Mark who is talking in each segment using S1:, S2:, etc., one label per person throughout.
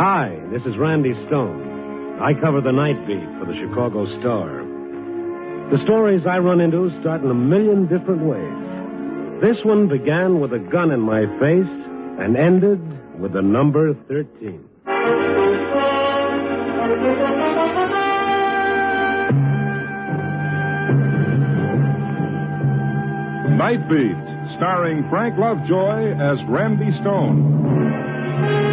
S1: Hi, this is Randy Stone. I cover the night beat for the Chicago Star. The stories I run into start in a million different ways. This one began with a gun in my face and ended with the number 13.
S2: Night Beat, starring Frank Lovejoy as Randy Stone.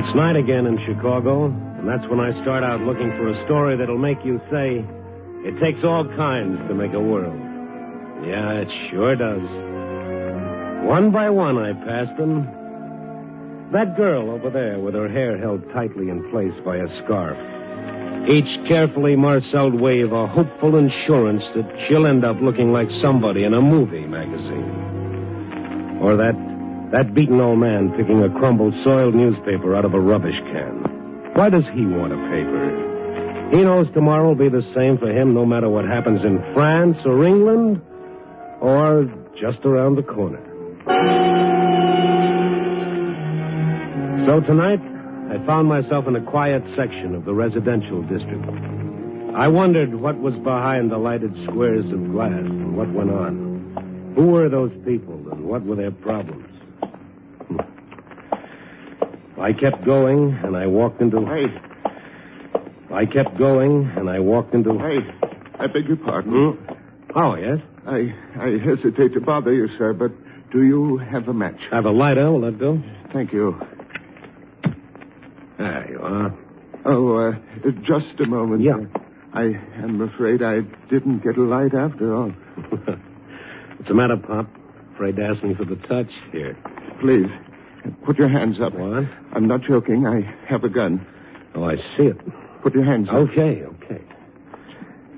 S1: It's night again in Chicago, and that's when I start out looking for a story that'll make you say, it takes all kinds to make a world. Yeah, it sure does. One by one, I passed them. That girl over there with her hair held tightly in place by a scarf. Each carefully marceled wave a hopeful insurance that she'll end up looking like somebody in a movie magazine. Or that that beaten old man picking a crumbled, soiled newspaper out of a rubbish can. Why does he want a paper? He knows tomorrow will be the same for him no matter what happens in France or England or just around the corner. So tonight, I found myself in a quiet section of the residential district. I wondered what was behind the lighted squares of glass and what went on. Who were those people and what were their problems? Hmm. I kept going and I walked into.
S3: Hey,
S1: I kept going and I walked into.
S3: hey, I beg your pardon.
S1: Hmm? Oh, yes?
S3: I, I hesitate to bother you, sir, but do you have a match?
S1: Have a lighter. Will that do?
S3: Thank you.
S1: There you are.
S3: Oh, uh, just a moment.
S1: Yeah.
S3: sir. I am afraid I didn't get a light after all.
S1: What's the matter, Pop? Afraid to ask me for the touch? Here.
S3: Please, put your hands up.
S1: What?
S3: I'm not joking. I have a gun.
S1: Oh, I see it.
S3: Put your hands up.
S1: Okay, okay.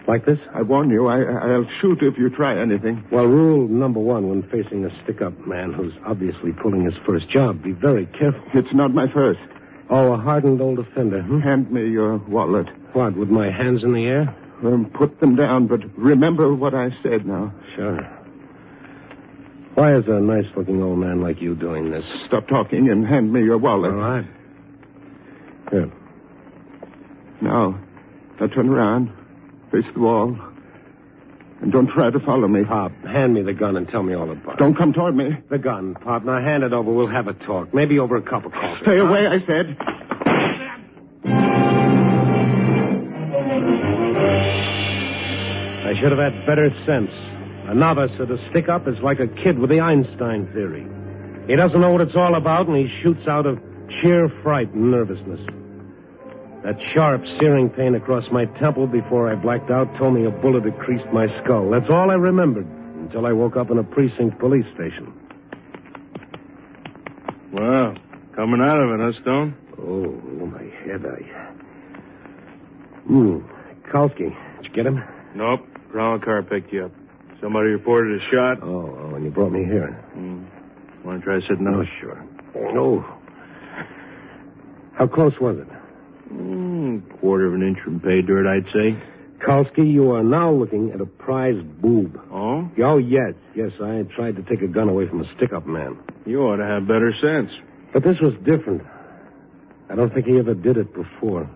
S1: Like this?
S3: I warn you, I, I'll shoot if you try anything.
S1: Well, rule number one when facing a stick up man who's obviously pulling his first job, be very careful.
S3: It's not my first.
S1: Oh, a hardened old offender, huh?
S3: Hand me your wallet.
S1: What, with my hands in the air?
S3: Um, put them down, but remember what I said now.
S1: Sure. Why is a nice looking old man like you doing this?
S3: Stop talking and hand me your
S1: All
S3: wallet.
S1: right. Here.
S3: Now, now turn around, face the wall, and don't try to follow me.
S1: Pop, hand me the gun and tell me all about it.
S3: Don't come toward me.
S1: The gun, Pop. Now hand it over. We'll have a talk. Maybe over a cup of coffee.
S3: Stay away, I said.
S1: I should have had better sense. A novice at a stick up is like a kid with the Einstein theory. He doesn't know what it's all about, and he shoots out of sheer fright and nervousness. That sharp, searing pain across my temple before I blacked out told me a bullet had creased my skull. That's all I remembered until I woke up in a precinct police station.
S4: Well, coming out of it, huh, Stone?
S1: Oh, my headache. Hmm. Kalski, did you get him?
S4: Nope. Wrong car picked you up. Somebody reported a shot.
S1: Oh, oh, and you brought me here.
S4: Want to try sitting up?
S1: sure. No. How close was it?
S4: Mm, quarter of an inch from pay dirt, I'd say.
S1: Kalski, you are now looking at a prized boob.
S4: Oh?
S1: Oh, yes, yes, I tried to take a gun away from a stick up man.
S4: You ought to have better sense.
S1: But this was different. I don't think he ever did it before.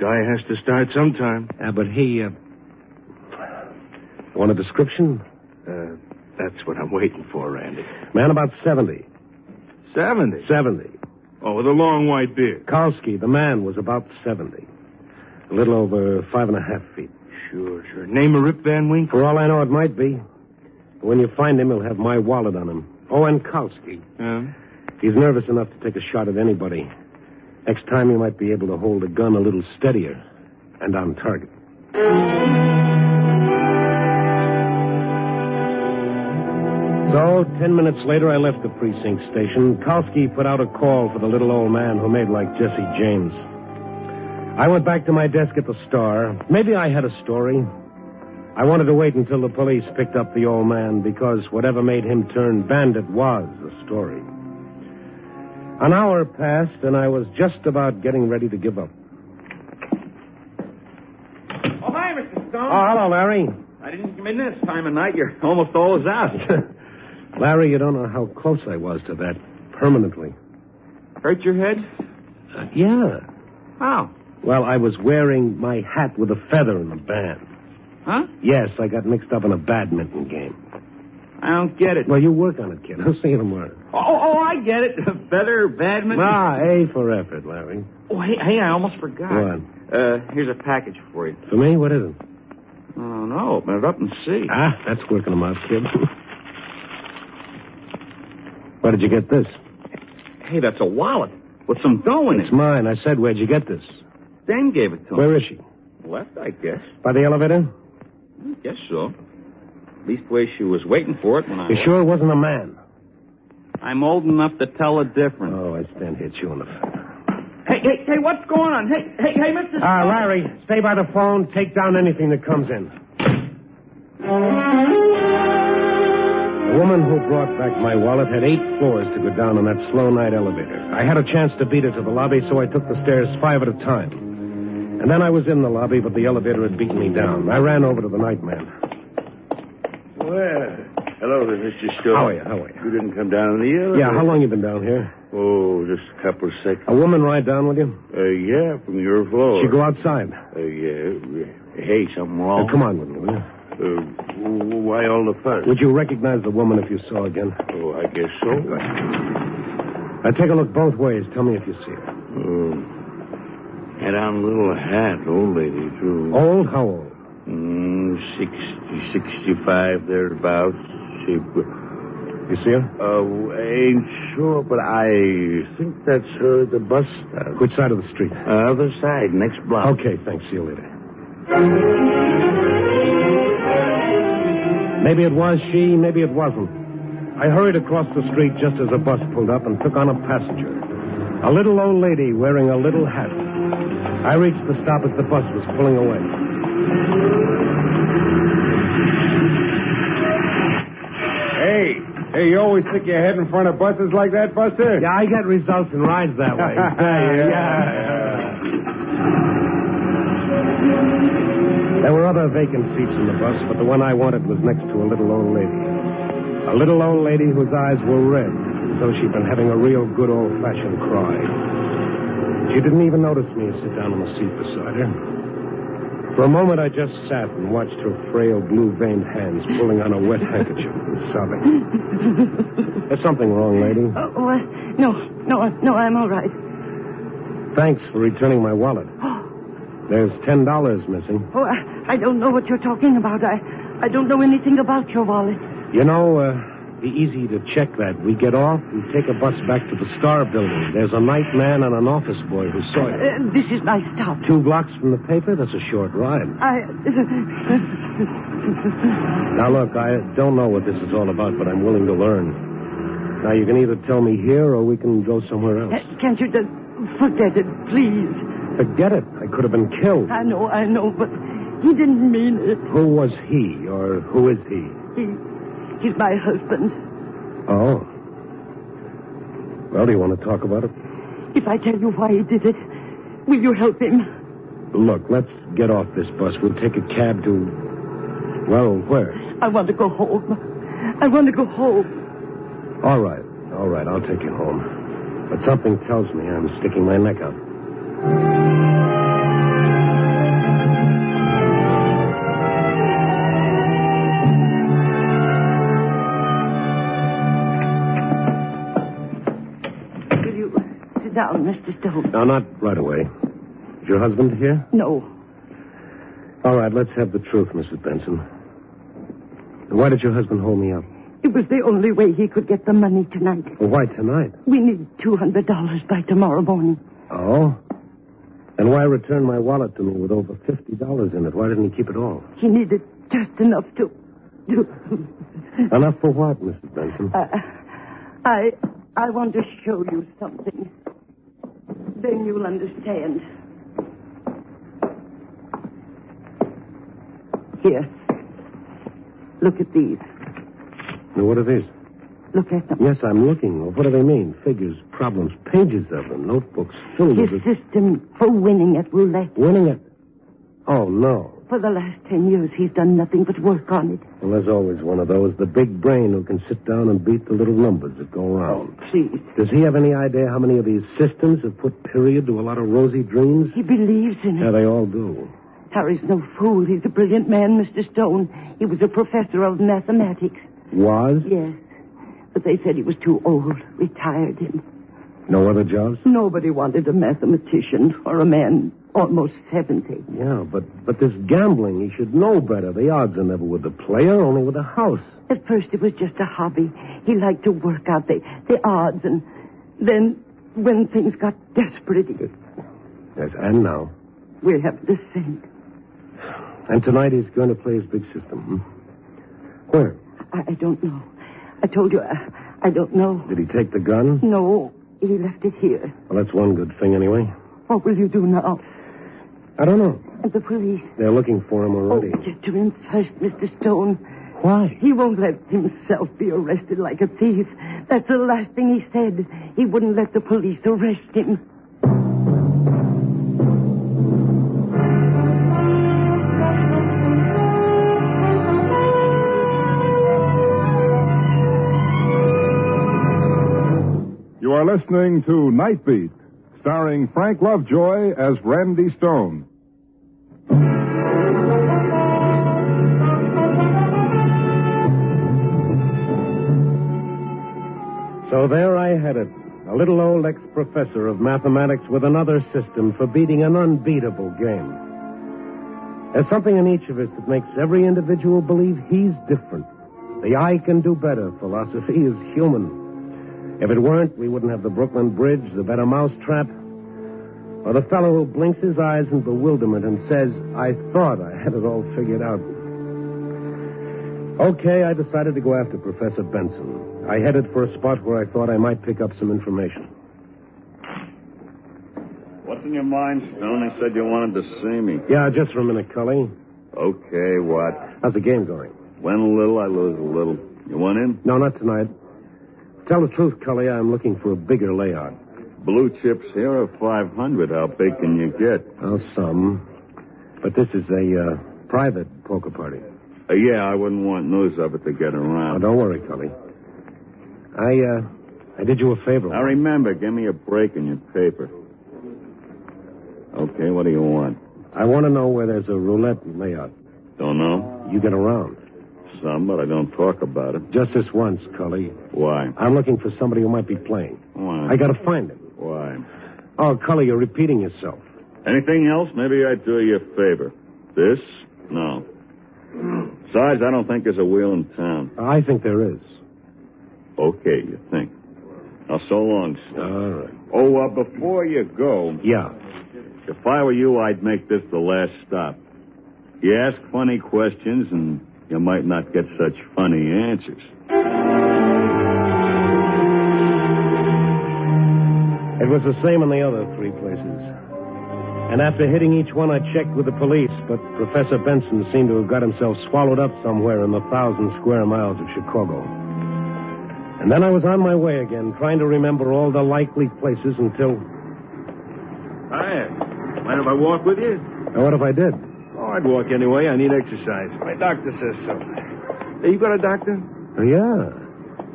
S4: Guy has to start sometime.
S1: Ah, but he, uh. Want a description?
S4: Uh, that's what I'm waiting for, Randy.
S1: Man about 70.
S4: 70.
S1: 70.
S4: Oh, with a long white beard.
S1: Kalski, the man, was about 70. A little over five and a half feet.
S4: Sure, sure. Name of Rip Van Winkle?
S1: For all I know, it might be. But when you find him, he'll have my wallet on him. Oh, and Kalski.
S4: Yeah.
S1: He's nervous enough to take a shot at anybody. Next time he might be able to hold a gun a little steadier and on target. So, ten minutes later, I left the precinct station. Kalski put out a call for the little old man who made like Jesse James. I went back to my desk at the Star. Maybe I had a story. I wanted to wait until the police picked up the old man because whatever made him turn bandit was a story. An hour passed, and I was just about getting ready to give up.
S5: Oh, hi, Mr. Stone.
S4: Uh,
S1: Oh, hello, Larry.
S5: I didn't come in this time of night. You're almost always out.
S1: Larry, you don't know how close I was to that permanently.
S5: Hurt your head?
S1: Uh, yeah.
S5: How?
S1: Well, I was wearing my hat with a feather in the band.
S5: Huh?
S1: Yes, I got mixed up in a badminton game.
S5: I don't get it.
S1: Well, you work on it, kid. I'll see you tomorrow.
S5: Oh, oh, I get it. Feather, badminton.
S1: Ah, A for effort, Larry.
S5: Oh, hey, hey, I almost forgot.
S1: Go on.
S5: Uh, here's a package for you.
S1: For me, what is it?
S5: I don't know. Open it up and see.
S1: Ah, that's working them out, kid. Where did you get this?
S5: Hey, that's a wallet with some dough in it.
S1: It's mine. I said, where'd you get this?
S5: Dan gave it to him.
S1: Where is she?
S5: Left, I guess.
S1: By the elevator?
S5: I guess so. Leastways, she was waiting for it when I.
S1: You sure it wasn't a man?
S5: I'm old enough to tell the difference.
S1: Oh, I stand here chewing the feather.
S5: Hey, hey, hey, what's going on? Hey, hey, hey, Mr.
S1: Ah, Larry, stay by the phone. Take down anything that comes in. The woman who brought back my wallet had eight floors to go down on that slow night elevator. I had a chance to beat her to the lobby, so I took the stairs five at a time. And then I was in the lobby, but the elevator had beaten me down. I ran over to the night man.
S5: Oh.
S4: Well, hello there, Mr. Stone.
S1: How are you? How are you?
S4: You didn't come down in the elevator.
S1: Yeah, how long you been down here?
S4: Oh, just a couple of seconds.
S1: A woman ride down with you?
S4: Uh, yeah, from your floor.
S1: She go outside.
S4: Uh, yeah. Hey, something
S1: Now,
S4: wrong?
S1: come on with me, will you?
S4: Uh, w- w- why all the fuss?
S1: Would you recognize the woman if you saw her again?
S4: Oh, I guess so. Uh,
S1: I take a look both ways. Tell me if you see her.
S4: Oh. Had on a little hat, old lady, too.
S1: Old? How old?
S4: Mm, 60, 65, thereabouts. She,
S1: You see her?
S4: uh, ain't sure, but I think that's her at the bus stop.
S1: Which side of the street?
S4: Other side, next block.
S1: Okay, thanks. See you later. Maybe it was she, maybe it wasn't. I hurried across the street just as a bus pulled up and took on a passenger. A little old lady wearing a little hat. I reached the stop as the bus was pulling away.
S2: Hey, hey, you always stick your head in front of buses like that, Buster?
S1: Yeah, I get results and rides that way. There were other vacant seats in the bus, but the one I wanted was next to a little old lady. A little old lady whose eyes were red, as though she'd been having a real good old fashioned cry. She didn't even notice me sit down on the seat beside her. For a moment, I just sat and watched her frail, blue veined hands pulling on a wet handkerchief and sobbing. There's something wrong, lady.
S6: Oh, oh, uh, no, no, uh, no, I'm all right.
S1: Thanks for returning my wallet. There's $10 missing.
S6: Oh, I, I don't know what you're talking about. I, I don't know anything about your wallet.
S1: You know, uh, be easy to check that. We get off, we take a bus back to the Star Building. There's a night man and an office boy who saw
S6: Uh,
S1: you.
S6: this is my stop.
S1: Two blocks from the paper, that's a short ride.
S6: I. uh,
S1: Now, look, I don't know what this is all about, but I'm willing to learn. Now, you can either tell me here or we can go somewhere else.
S6: can't you just forget it, please?
S1: Forget it. I could have been killed.
S6: I know, I know, but he didn't mean it.
S1: Who was he or who is he?
S6: He, he's my husband.
S1: Oh. Well, do you want to talk about it?
S6: If I tell you why he did it, will you help him?
S1: Look, let's get off this bus. We'll take a cab to. Well, where?
S6: I want to go home. I want to go home.
S1: All right, all right, I'll take you home. But something tells me I'm sticking my neck out.
S6: Will you sit down, Mr. Stone?
S1: Now, not right away. Is your husband here?
S6: No.
S1: All right, let's have the truth, Mrs. Benson. Why did your husband hold me up?
S6: It was the only way he could get the money tonight.
S1: Why tonight?
S6: We need $200 by tomorrow morning.
S1: Oh? Then why return my wallet to me with over $50 in it? Why didn't he keep it all?
S6: He needed just enough to. to
S1: Enough for what, Mrs. Benson?
S6: uh, I. I want to show you something. Then you'll understand. Here. Look at these.
S1: Now, what are these?
S6: Look at them.
S1: Yes, I'm looking. Well, what do they mean? Figures, problems, pages of them, notebooks filled
S6: His
S1: with
S6: system for winning at roulette.
S1: winning it. Oh, no.
S6: For the last ten years, he's done nothing but work on it.
S1: Well, there's always one of those, the big brain who can sit down and beat the little numbers that go around.
S6: Please.
S1: Does he have any idea how many of these systems have put period to a lot of rosy dreams?
S6: He believes in
S1: Yeah,
S6: it.
S1: they all do.
S6: Harry's no fool. He's a brilliant man, Mr. Stone. He was a professor of mathematics.
S1: Was?
S6: Yes. But they said he was too old, retired him.
S1: No other jobs?
S6: Nobody wanted a mathematician or a man almost 70.
S1: Yeah, but but this gambling, he should know better. The odds are never with the player, only with the house.
S6: At first, it was just a hobby. He liked to work out the, the odds, and then when things got desperate, he-
S1: Yes, and now.
S6: we have the same.
S1: And tonight he's going to play his big system. Hmm? Where?
S6: I, I don't know. I told you, I, I don't know.
S1: Did he take the gun?
S6: No, he left it here.
S1: Well, that's one good thing anyway.
S6: What will you do now?
S1: I don't know.
S6: And the police.
S1: They're looking for him
S6: Oh,
S1: already.
S6: get to him first, Mr. Stone.
S1: Why?
S6: He won't let himself be arrested like a thief. That's the last thing he said. He wouldn't let the police arrest him.
S7: You are listening to Nightbeat, starring Frank Lovejoy as Randy Stone.
S1: So there I had it. A little old ex professor of mathematics with another system for beating an unbeatable game. There's something in each of us that makes every individual believe he's different. The I can do better philosophy is human. If it weren't, we wouldn't have the Brooklyn Bridge, the better mousetrap, or the fellow who blinks his eyes in bewilderment and says, I thought I had it all figured out. Okay, I decided to go after Professor Benson. I headed for a spot where I thought I might pick up some information.
S4: What's in your mind, Stone? I said you wanted to see me.
S1: Yeah, just for a minute, Cully.
S4: Okay, what?
S1: How's the game going?
S4: Win a little, I lose a little. You want in?
S1: No, not tonight. Tell the truth, Cully. I'm looking for a bigger layout.
S4: Blue chips here are 500. How big can you get?
S1: Oh, some. But this is a uh, private poker party.
S4: Uh, yeah, I wouldn't want news of it to get
S1: Oh,
S4: around.
S1: don't worry, Cully. I, uh, I did you a favor.
S4: Now remember, give me a break in your paper. Okay, what do you want?
S1: I want to know where there's a roulette layout.
S4: Don't know?
S1: You get around.
S4: Some, but I don't talk about it.
S1: Just this once, Cully.
S4: Why?
S1: I'm looking for somebody who might be playing.
S4: Why?
S1: I gotta find him.
S4: Why?
S1: Oh, Cully, you're repeating yourself.
S4: Anything else? Maybe I'd do you a favor. This? No. Besides, I don't think there's a wheel in town.
S1: I think there is.
S4: Okay, you think. Now, so long, Stone.
S1: All right.
S4: Oh, uh, before you go,
S1: Yeah.
S4: if I were you, I'd make this the last stop. You ask funny questions, and you might not get such funny answers.
S1: It was the same in the other three places. And after hitting each one, I checked with the police, but Professor Benson seemed to have got himself swallowed up somewhere in the thousand square miles of Chicago. And then I was on my way again, trying to remember all the likely places until.
S4: Hi. Mind if I walk with you?
S1: Now, what if I did?
S4: Oh, I'd walk anyway. I need exercise. My doctor says so. Hey, you got a doctor?
S1: Oh, yeah.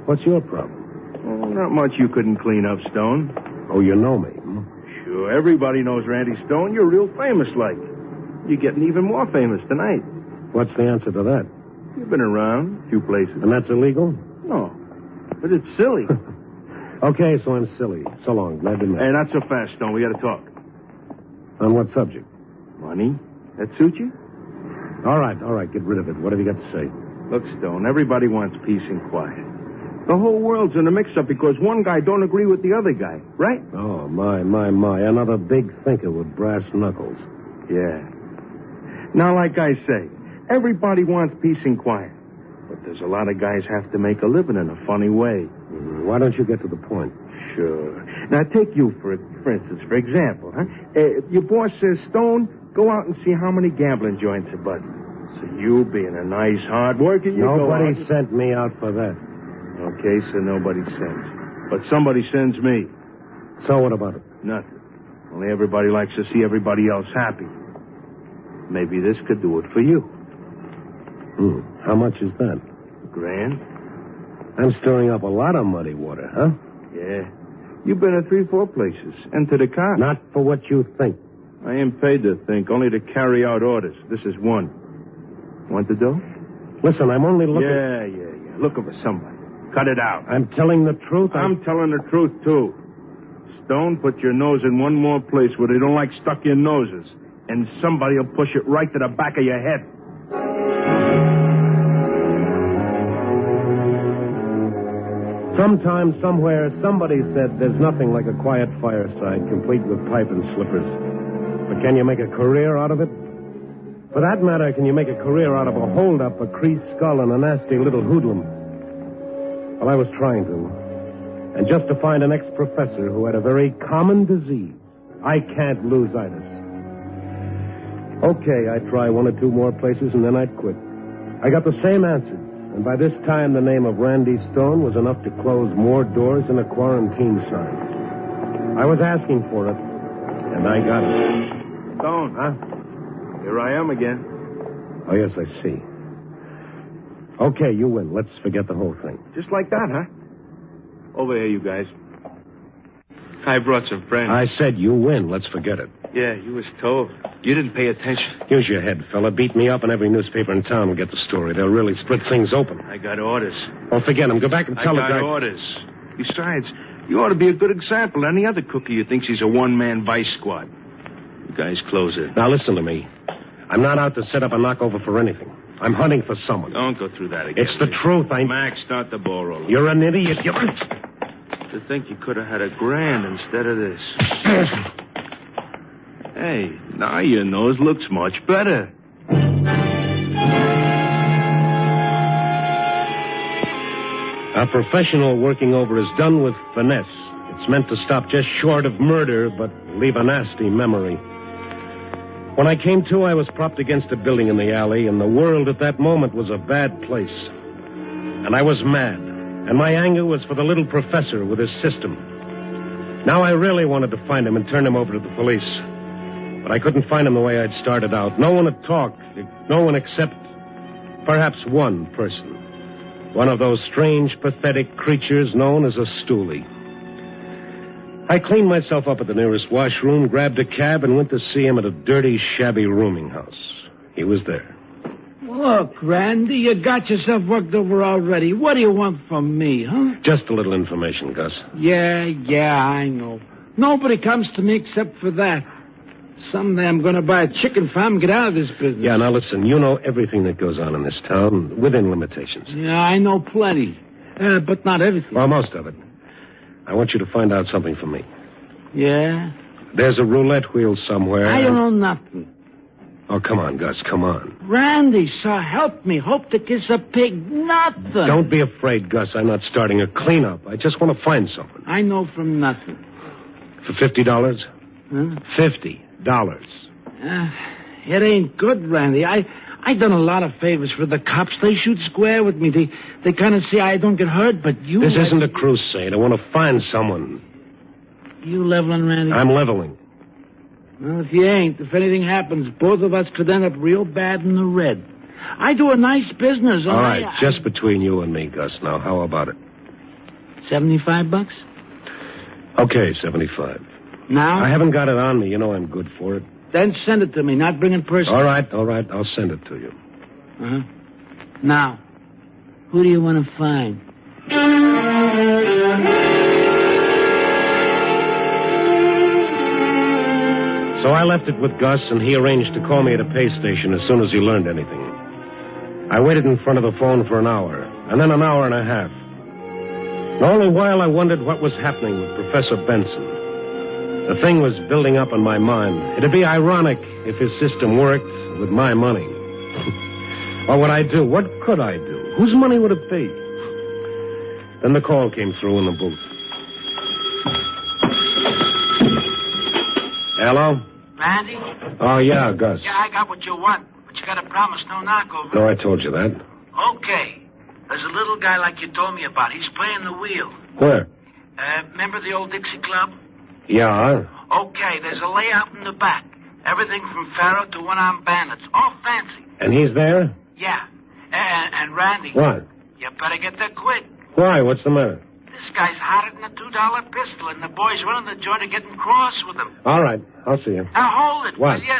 S1: What's your problem?
S4: Oh, not much you couldn't clean up, Stone.
S1: Oh, you know me. hmm?
S4: Sure, everybody knows Randy Stone. You're real famous, like. You're getting even more famous tonight.
S1: What's the answer to that?
S4: You've been around a few places.
S1: And that's illegal?
S4: No, but it's silly.
S1: Okay, so I'm silly. So long. Glad to meet.
S4: hey, not so fast, Stone. We got to talk.
S1: On what subject?
S4: Money? That suit you?
S1: All right, all right. Get rid of it. What have you got to say?
S4: Look, Stone, everybody wants peace and quiet. The whole world's in a mix-up because one guy don't agree with the other guy, right?
S1: Oh, my, my, my. Another big thinker with brass knuckles.
S4: Yeah. Now, like I say, everybody wants peace and quiet. But there's a lot of guys have to make a living in a funny way.
S1: Mm, Why don't you get to the point?
S4: Sure. Now, take you, for, for instance, for example, huh? Uh, your boss says, Stone, go out and see how many gambling joints are button. So you, being a nice, hard worker, you go out...
S1: Nobody sent me out for that.
S4: Okay, so nobody sends. But somebody sends me.
S1: So what about it?
S4: Nothing. Only everybody likes to see everybody else happy. Maybe this could do it for you.
S1: Hmm. How much is that?
S4: Grand?
S1: I'm stirring up a lot of muddy water, huh?
S4: Yeah. You've been at three, four places. And to the cops.
S1: Not for what you think.
S4: I am paid to think, only to carry out orders. This is one. Want the dough?
S1: Listen, I'm only looking.
S4: Yeah, yeah, yeah. Looking for somebody. Cut it out.
S1: I'm telling the truth. I-
S4: I'm telling the truth, too. Stone, put your nose in one more place where they don't like stuck in noses, and somebody will push it right to the back of your head.
S1: Sometime, somewhere, somebody said there's nothing like a quiet fireside complete with pipe and slippers. But can you make a career out of it? For that matter, can you make a career out of a holdup, a creased skull, and a nasty little hoodlum? Well, I was trying to. And just to find an ex professor who had a very common disease I can't lose itis. Okay, I'd try one or two more places and then I'd quit. I got the same answer, and by this time the name of Randy Stone was enough to close more doors than a quarantine sign. I was asking for it, and I got it.
S4: Stone, huh? Here I am again.
S1: Oh, yes, I see. Okay, you win. Let's forget the whole thing.
S4: Just like that, huh? Over here, you guys. Uh,
S8: I brought some friends.
S1: I said you win. Let's forget it.
S8: Yeah, you was told. You didn't pay attention.
S1: Use your head, fella. Beat me up, and every newspaper in town will get the story. They'll really split things open.
S8: I got orders.
S1: Well, forget them. Go back and
S8: I
S1: tell the
S8: got
S1: guy.
S8: orders. Besides, you ought to be a good example to any other cookie who thinks he's a one-man vice squad. You guys close it.
S1: Now listen to me. I'm not out to set up a knockover for anything. I'm hunting for someone.
S8: Don't go through that again.
S1: it's the truth. I.
S8: Max, start the ball rolling.
S1: You're an idiot. You're.
S8: To think you could have had a grand instead of this. hey, now your nose looks much better.
S1: A professional working over is done with finesse. It's meant to stop just short of murder, but leave a nasty memory. When I came to, I was propped against a building in the alley, and the world at that moment was a bad place. And I was mad, and my anger was for the little professor with his system. Now I really wanted to find him and turn him over to the police. But I couldn't find him the way I'd started out. No one to talk, no one except perhaps one person one of those strange, pathetic creatures known as a stoolie. I cleaned myself up at the nearest washroom, grabbed a cab, and went to see him at a dirty, shabby rooming house. He was there.
S9: Look, Randy, Oh, you got yourself worked over already. What do you want from me, huh?
S1: Just a little information, Gus.
S9: Yeah, yeah, I know. Nobody comes to me except for that. Someday I'm going to buy a chicken farm and get out of this business.
S1: Yeah, now listen, you know everything that goes on in this town within limitations.
S9: Yeah, I know plenty, uh, but not everything.
S1: Well, most of it. I want you to find out something for me.
S9: Yeah, Uh.
S1: There's a roulette wheel somewhere.
S9: I don't know nothing.
S1: Oh, come on, Gus, come on.
S9: Randy, so help me. Hope to kiss a pig. Nothing.
S1: Don't be afraid, Gus. I'm not starting a cleanup. I just want to find something.
S9: I know from nothing.
S1: For $50?
S9: Huh?
S1: Fifty dollars.
S9: Uh, it ain't good, Randy. I I done a lot of favors for the cops. They shoot square with me. They they kind of say I don't get hurt, but you.
S1: This isn't a crusade. I want to find someone.
S9: You leveling, Randy?
S1: I'm leveling.
S9: Well, if you ain't, if anything happens, both of us could end up real bad in the red. I do a nice business.
S1: All right,
S9: I-
S1: just between you and me, Gus. Now, how about it?
S9: seventy-five bucks
S1: Okay, seventy-five.
S9: now.
S1: I haven't got it on me. You know I'm good for it.
S9: Then send it to me. Not bring it personal.
S1: All right, all right. I'll send it to you.
S9: Uh-huh. Now, who do you want to find?
S1: So I left it with Gus, and he arranged to call me at a pay station as soon as he learned anything. I waited in front of the phone for an hour, and then an hour and a half. And all the while, I wondered what was happening with Professor Benson. The thing was building up in my mind. It'd be ironic if his system worked with my money. what would I do? What could I do? Whose money would it be? Then the call came through in the booth. Hello?
S10: Randy?
S1: Oh, yeah, Gus.
S10: Yeah, I got what you want, but you gotta promise no knockover.
S1: No, I told you that.
S10: Okay. There's a little guy like you told me about. He's playing the wheel.
S1: Where?
S10: Uh, remember the old Dixie Club?
S1: Yeah.
S10: Okay, there's a layout in the back. Everything from Pharaoh to one armed bandits. All fancy.
S1: And he's there?
S10: Yeah. And, and Randy.
S1: What?
S10: You better get there quick.
S1: Why? What's the matter?
S10: This guy's hotter than a two dollar pistol, and the boys running the joint are getting cross with him.
S1: All right, I'll see you.
S10: Now hold it,
S1: What?
S10: will you?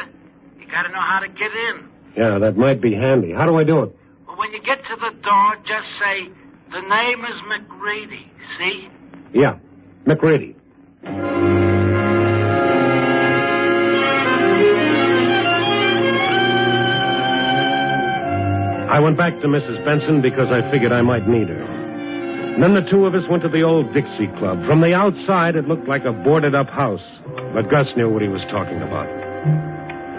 S10: You gotta know how to get in.
S1: Yeah, that might be handy. How do I do it?
S10: Well, when you get to the door, just say, the name is McReady. See?
S1: Yeah, McReady. I went back to Mrs. Benson because I figured I might need her. And then the two of us went to the old Dixie Club. From the outside, it looked like a boarded up house, but Gus knew what he was talking about.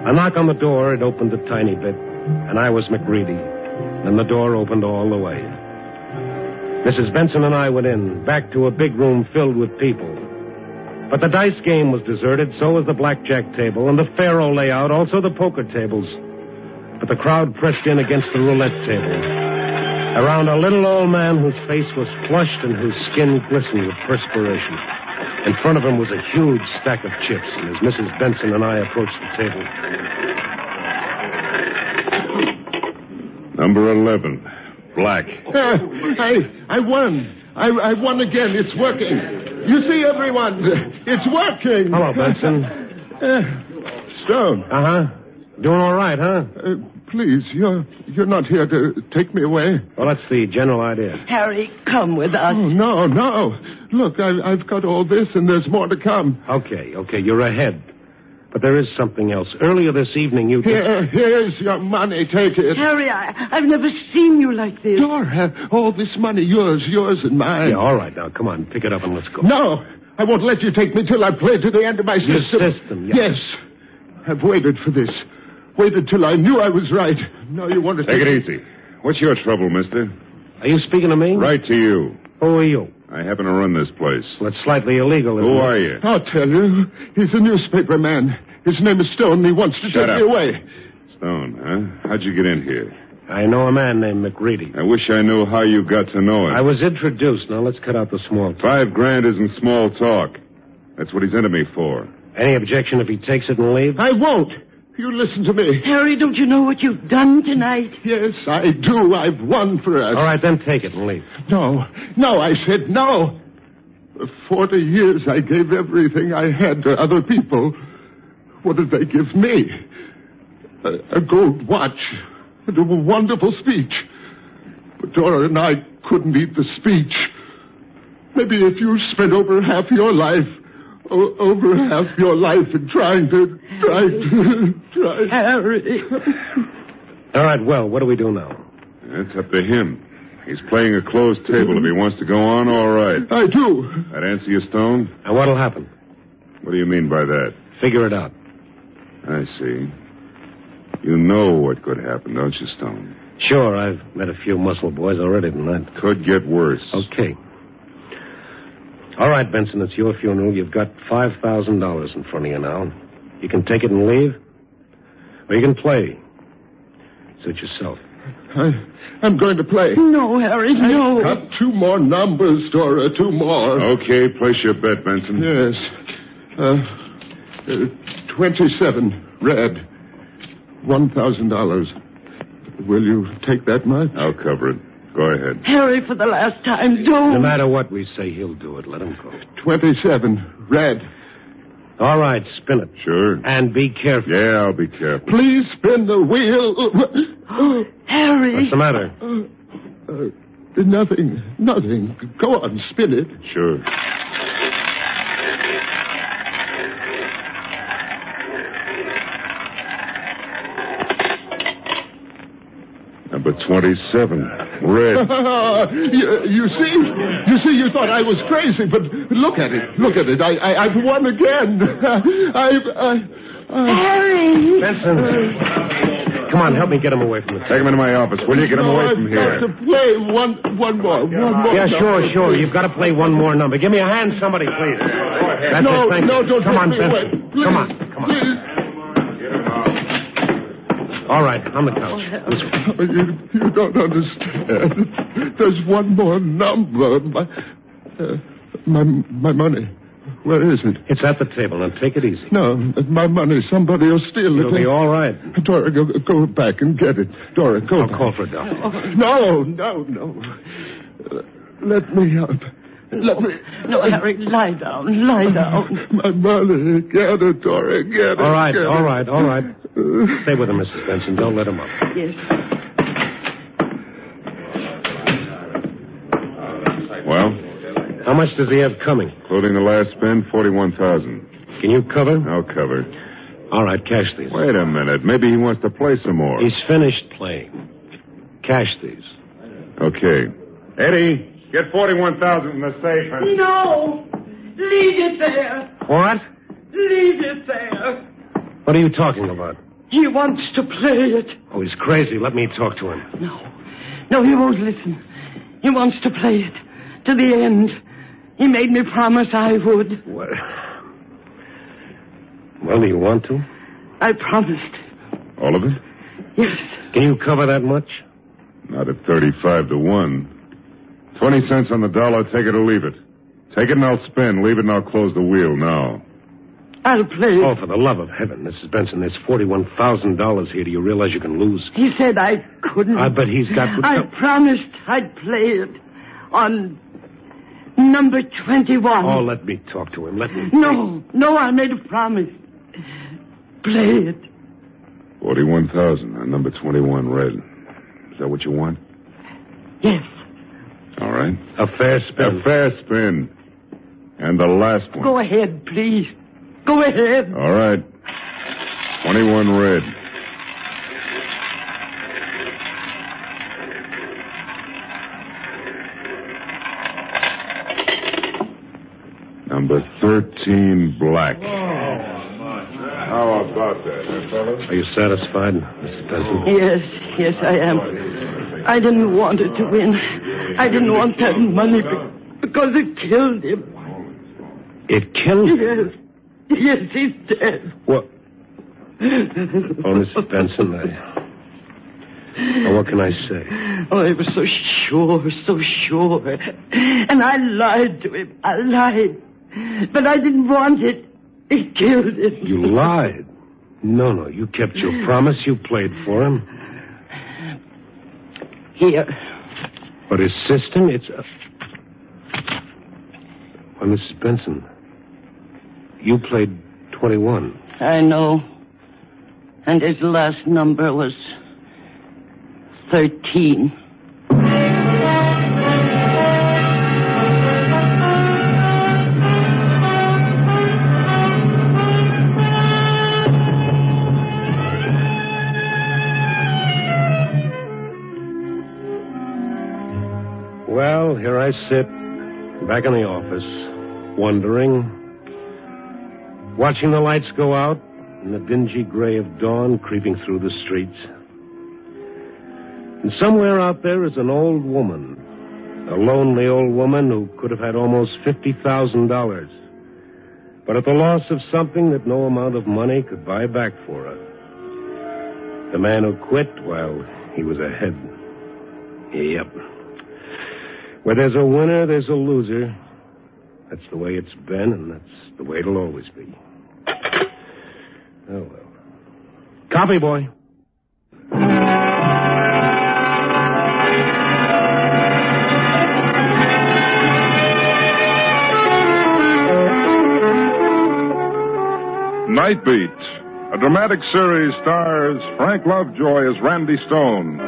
S1: A knock on the door, it opened a tiny bit, and I was McReady. Then the door opened all the way. Mrs. Benson and I went in, back to a big room filled with people. But the dice game was deserted, so was the blackjack table, and the faro layout, also the poker tables. But the crowd pressed in against the roulette table, around a little old man whose face was flushed and whose skin glistened with perspiration. In front of him was a huge stack of chips, and as Mrs. Benson and I approached the table,
S7: Number 11. Black.
S11: Uh, I, I won. I, I won again. It's working. You see, everyone, it's working.
S1: Hello, Benson.
S11: Stone.
S1: Uh huh. Doing all right, huh?
S11: Uh, please, you're you're not here to take me away.
S1: Well, that's the general idea.
S11: Harry, come with us. Oh, no, no. Look, I, I've got all this, and there's more to come.
S1: Okay, okay, you're ahead. But there is something else. Earlier this evening, you.
S11: Here, here's your money. Take it.
S6: Harry, I, I've never seen you like this.
S11: Dora, all this money, yours, yours, and mine.
S1: Yeah, all right, now, come on, pick it up and let's go.
S11: No, I won't let you take me till I play to the end of my
S1: Your
S11: system.
S1: system, yeah.
S11: Yes. I've waited for this. Waited till I knew I was right. Now you want to
S7: Take it easy. What's your trouble, mister?
S1: Are you speaking to me?
S7: Right to you.
S1: Who are you?
S7: I happen to run this place.
S1: Well, it's slightly illegal.
S7: Who are you?
S11: I'll tell you. He's a newspaper man. His name is Stone. He wants to
S7: Shut
S11: take
S7: up.
S11: me away.
S7: Stone, huh? How'd you get in here?
S1: I know a man named McReady.
S7: I wish I knew how you got to know him.
S1: I was introduced. Now let's cut out the small talk.
S7: Five grand isn't small talk. That's what he's into me for.
S1: Any objection if he takes it and leaves?
S11: I won't. You listen to me.
S6: Harry, don't you know what you've done tonight?
S11: Yes, I do. I've won for us.
S1: All right, then take it and leave.
S11: No, no, I said no. For 40 years, I gave everything I had to other people. What did they give me? A, a gold watch and a wonderful speech. But Dora and I couldn't eat the speech. Maybe if you spent over half your life, o- over half your life in trying to, trying to, trying.
S6: Harry.
S1: All right, well, what do we do now?
S7: That's up to him. He's playing a closed table. If he wants to go on, all right.
S11: I do.
S7: That answer you, Stone?
S1: And what'll happen?
S7: What do you mean by that?
S1: Figure it out.
S7: I see. You know what could happen, don't you, Stone?
S1: Sure, I've met a few muscle boys already tonight.
S7: Could get worse.
S1: Okay. All right, Benson, it's your funeral. You've got $5,000 in front of you now. You can take it and leave, or you can play. Suit yourself.
S11: I, I'm going to play.
S6: No, Harry, no.
S11: Got two more numbers, Dora, two more.
S7: Okay, place your bet, Benson.
S11: Yes. Uh, uh, 27, red. $1,000. Will you take that much?
S7: I'll cover it. Go ahead.
S6: Harry, for the last time, don't.
S1: No matter what we say, he'll do it. Let him go.
S11: 27, red.
S1: All right, spin it.
S7: Sure.
S1: And be careful.
S7: Yeah, I'll be careful.
S11: Please spin the wheel.
S6: Harry.
S1: What's the matter?
S11: Uh, nothing, nothing. Go on, spin it.
S7: Sure. Number Number 27. Red.
S11: you, you see? You see, you thought I was crazy, but look at it. Look at it. I, I, I've won again. I've. uh, I, I...
S6: Harry!
S1: Come on, help me get him away from this.
S7: Take him into my office, will you? Get him
S11: No,
S7: away
S11: I've
S7: from
S11: got
S7: here.
S11: to play one, one more. One more.
S1: Yeah,
S11: number,
S1: sure, sure.
S11: please.
S1: You've got to play one more number. Give me a hand, somebody, please. That's
S11: no,
S1: it, thank
S11: no,
S1: you.
S11: don't
S1: Come
S11: take
S1: on,
S11: me
S1: Benson.
S11: away. Please.
S1: Come on, come on. All right, on the couch. This way.
S11: Oh, You, you don't understand. There's one more number. My, uh, my, my money. Where is it?
S1: It's at the table. Now take it easy.
S11: No, my money. Somebody will steal it.
S1: It'll be all right.
S11: Dora, go, go back and get it. Dora, go.
S1: I'll
S11: back.
S1: call for a doctor.
S11: No, no, no. Uh, Let me up. Let me.
S6: No, Harry, lie down, lie down.
S11: My money. Get it, Dora. Get it.
S1: All right,
S11: get
S1: all
S11: it.
S1: right, all right. Stay with him, Mrs. Benson. Don't let him up.
S6: Yes.
S7: Well,
S1: How much does he have coming?
S7: including the last spend, 41000
S1: Can you cover?
S7: I'll cover.
S1: All right, cash these.
S7: Wait a minute. Maybe he wants to play some more.
S1: He's finished playing. Cash these.
S7: Okay. Eddie, get 41000 in the safe and...
S12: No! Leave it there!
S1: What?
S12: Leave it there!
S1: What are you talking about?
S12: He wants to play it.
S1: Oh, he's crazy. Let me talk to him.
S6: No, he won't listen. He wants to play it to the end. He made me promise I would.
S1: What? Well, do you want to?
S6: I promised.
S7: All of it?
S6: Yes.
S1: Can you cover that much?
S7: Not at 35 to 1. 20 cents on the dollar, take it or leave it. Take it and I'll spin. Leave it and I'll close the wheel now.
S6: I'll play it.
S1: Oh, for the love of heaven, Mrs. Benson, there's $41,000 here. Do you realize you can lose?
S6: He said I couldn't.
S1: I bet Ah, he's got.
S6: I promised I'd play it on number 21.
S1: Oh, let me talk to him. Let me.
S6: no, no, I made a promise. Play it.
S7: 41000 on number 21 red. Is that what you want?
S6: Yes.
S7: All right.
S1: A fair spin.
S7: A fair spin. And the last one.
S6: Go ahead, please. Go ahead.
S7: All right. 21 red. Number 13 black. How about that, huh, fellas?
S1: Are you satisfied, Mrs. Benson?
S6: Yes, yes, I am. I didn't want it to win. I didn't want that money be- because it killed him.
S1: It killed him.
S6: Yes. Yes, he's dead.
S1: What? Oh, Mrs. Benson, I. Now, what can I say?
S6: Oh, I was so sure, so sure. And I lied to him. I lied. But I didn't want it. It killed him.
S1: You lied. No, no, you kept your promise. You played for him.
S6: Here.
S1: But his system, it's. A... Well, Mrs. Benson, you played 21.
S6: I know. And his last number was 13.
S1: Well, here I sit, back in the office, wondering, watching the lights go out and the dingy gray of dawn creeping through the streets. And somewhere out there is an old woman, a lonely old woman who could have had almost $50,000. But at the loss of something that no amount of money could buy back for her. The man who quit while he was ahead. Yep. Where there's a winner, there's a loser. That's the way it's been, and that's the way it'll always be. Oh, well. Copy, boy.
S7: Night Beat, a dramatic series stars Frank Lovejoy as Randy Stone.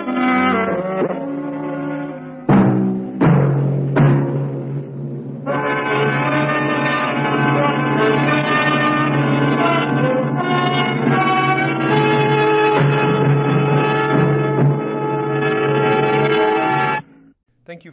S13: Thank you